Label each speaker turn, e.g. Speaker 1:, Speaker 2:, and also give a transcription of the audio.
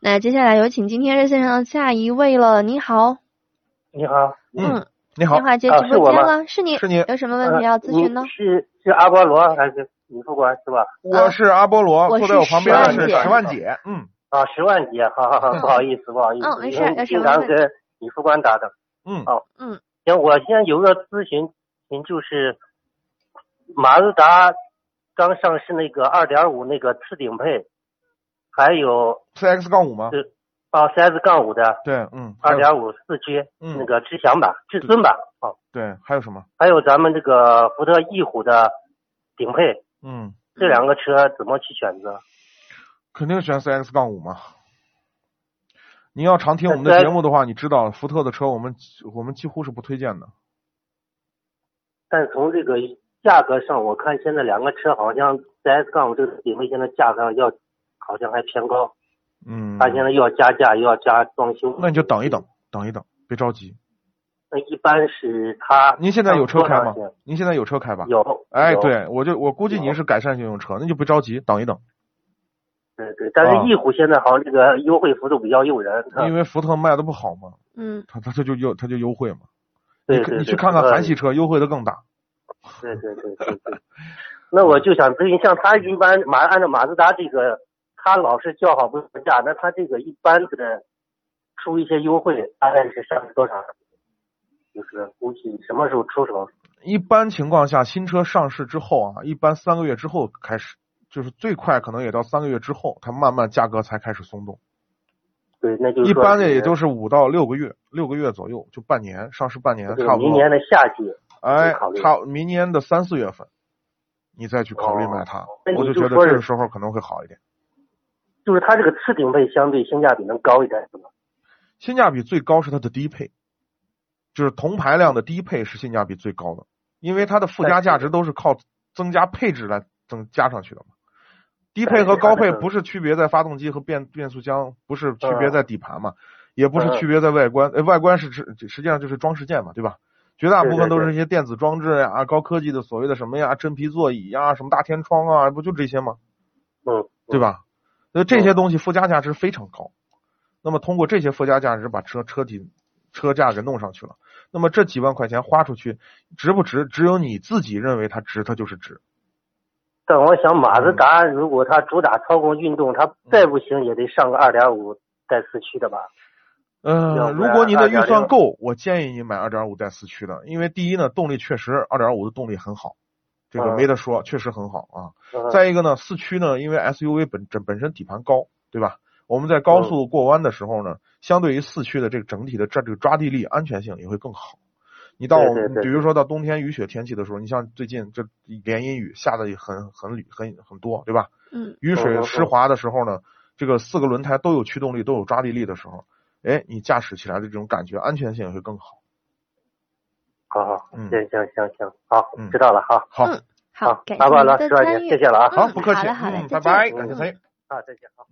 Speaker 1: 那接下来有请今天热线上的下一位了。你好，
Speaker 2: 你好，
Speaker 1: 嗯，
Speaker 3: 你好
Speaker 1: 电，话接
Speaker 2: 啊
Speaker 1: 直
Speaker 2: 是
Speaker 1: 播
Speaker 2: 我
Speaker 1: 间
Speaker 2: 吗
Speaker 1: 了，是嗯你，
Speaker 3: 是你
Speaker 1: 有什么问题要咨询呢
Speaker 2: 呃你？是是阿波罗还是你说过是吧？
Speaker 3: 我是阿波罗，
Speaker 1: 我
Speaker 3: 坐
Speaker 1: 是
Speaker 3: 在我旁边的
Speaker 2: 呃十万
Speaker 3: 是
Speaker 2: 姐
Speaker 3: 十万姐，嗯
Speaker 2: 啊，十万级，好好好，
Speaker 3: 嗯
Speaker 2: 不好意思，不好意思，
Speaker 1: 嗯没事
Speaker 2: 因为
Speaker 1: 有什
Speaker 2: 经
Speaker 1: 么
Speaker 2: 常
Speaker 1: 问题
Speaker 2: 跟你副官搭档。
Speaker 3: 嗯
Speaker 2: 哦
Speaker 1: 嗯，
Speaker 2: 行，我现在有个咨询，您就是马自达刚上市那个二点五那个次顶配，还有
Speaker 3: ，C X 杠五吗？
Speaker 2: 是啊 CS 杠五的
Speaker 3: 对，嗯，还
Speaker 2: 二
Speaker 3: 有
Speaker 2: 点五四驱
Speaker 3: 嗯
Speaker 2: 那个智享版、至尊版，哦，
Speaker 3: 对，还有什么？
Speaker 2: 还有咱们这个福特翼虎的顶配，
Speaker 3: 嗯，
Speaker 2: 这两个车怎么去选择？
Speaker 3: 肯定选 C X 杠五嘛。你要常听我们
Speaker 2: 呃
Speaker 3: 的节目的话，你知道福特的车我们我们几乎是不推荐的。
Speaker 2: 但从这个价格上，我看现在两个车好像 CS 杠五这个顶配现在价格要好像还偏高，
Speaker 3: 嗯，
Speaker 2: 它现在又要加价又要加装修。
Speaker 3: 那你就等一等，等一等，别着急。
Speaker 2: 那一般是它
Speaker 3: 您现在有车开吗
Speaker 2: 上多长时间？
Speaker 3: 您现在有车开吧？
Speaker 2: 有。
Speaker 3: 哎，
Speaker 2: 有。
Speaker 3: 对，我就我估计
Speaker 2: 有
Speaker 3: 您是改善型用车，那就别着急，等一等，
Speaker 2: 对对，但
Speaker 3: 啊
Speaker 2: 是翼虎现在好像这个优惠幅度比较诱人。
Speaker 3: 因为福特卖的不好嘛，
Speaker 1: 嗯，
Speaker 3: 它它它就优它就优惠嘛。
Speaker 2: 对
Speaker 3: 你
Speaker 2: 对对，呃
Speaker 3: 你去看看韩系车，优惠的更大。
Speaker 2: 对。对对对对对。 那我就想咨询，像它一般马按照马自达这个，它老是叫好不叫价，那它这个一般的出一些优惠，大概是上是多少？就是估计什么时候出手？
Speaker 3: 一般情况下，新车上市之后啊，一般三个月之后开始，就是最快可能也到三个月之后，它慢慢价格才开始松动。
Speaker 2: 对，那就是
Speaker 3: 一般的也就是是五到六个月，六个月左右，就半年，上市半年
Speaker 2: 就是
Speaker 3: 差不
Speaker 2: 明
Speaker 3: 多。
Speaker 2: 年的夏季。
Speaker 3: 哎
Speaker 2: 考，虑
Speaker 3: 差明年的三四月份，你再去考虑买它，
Speaker 2: 哦那你
Speaker 3: 我就
Speaker 2: 就
Speaker 3: 觉得
Speaker 2: 说
Speaker 3: 这个
Speaker 2: 是
Speaker 3: 时候可能会好一点。
Speaker 2: 就是它这个次顶配相对性价比能高一点，是吧？
Speaker 3: 性价比最高是它的低配，就是同排量的低配是性价比最高的，因为它的附加价值都是靠增加配置来增加上去的嘛。低配和高配不是区别在发动机和变变速箱，不是区别在底盘嘛，也不是区别在外观，呃，外观是指实际上就是装饰件嘛，对吧？绝大部分都是一些电子装置呀、高科技的所谓的什么呀、真皮座椅呀、什么大天窗啊，不就这些吗？
Speaker 2: 嗯，
Speaker 3: 对
Speaker 2: 吧？
Speaker 3: 吧？所以这些东西附加价值非常高。那么通过这些附加价值把车车底车价给弄上去了，那么这几万块钱花出去值不值？只有你自己认为它值，它就是值。
Speaker 2: 但我想马
Speaker 3: 嗯
Speaker 2: 自达如果它主打操控运动，它再不行也得上个二点五带四驱的吧？
Speaker 3: 呃，
Speaker 2: 要不
Speaker 3: 如
Speaker 2: 然
Speaker 3: 果你的预算
Speaker 2: 2.0
Speaker 3: 够，我建议你买2.5带四驱的，因为第一呢，动力确实2.5的动力很好，这个
Speaker 2: 嗯
Speaker 3: 没得说，确实很好啊。
Speaker 2: 嗯
Speaker 3: 再一个呢，四驱呢，因为 SUV 本本本身底盘高，对吧？我们在高速
Speaker 2: 嗯
Speaker 3: 过弯的时候呢，相对于四驱的这个整体的这这个抓地力、安全性也会更好。你到
Speaker 2: 对对对
Speaker 3: 比如说到冬天雨雪天气的时候，你像最近这连阴雨下的也很很很很很多，对吧？
Speaker 1: 嗯，
Speaker 3: 雨水
Speaker 2: 嗯
Speaker 3: 湿滑的时候呢，这个四个轮胎都有驱动力，都有抓地力的时候，哎，你驾驶起来的这种感觉安全性也会更好。
Speaker 2: 好好，
Speaker 3: 嗯
Speaker 2: 行行行行，好
Speaker 3: 嗯，
Speaker 2: 知道了，好，
Speaker 3: 好，
Speaker 1: 嗯，
Speaker 2: 好
Speaker 1: 好，感，谢
Speaker 2: 八卦
Speaker 1: 您
Speaker 2: 啊了，
Speaker 1: 的
Speaker 2: 十二姐
Speaker 1: 参，与
Speaker 2: 谢。谢了啊，
Speaker 3: 好，
Speaker 1: 嗯
Speaker 3: 不客气，
Speaker 1: 好的好的
Speaker 3: 嗯，
Speaker 1: 再
Speaker 3: 拜
Speaker 1: 见
Speaker 2: 嗯
Speaker 3: 拜，感谢参与。
Speaker 2: 啊，再见啊。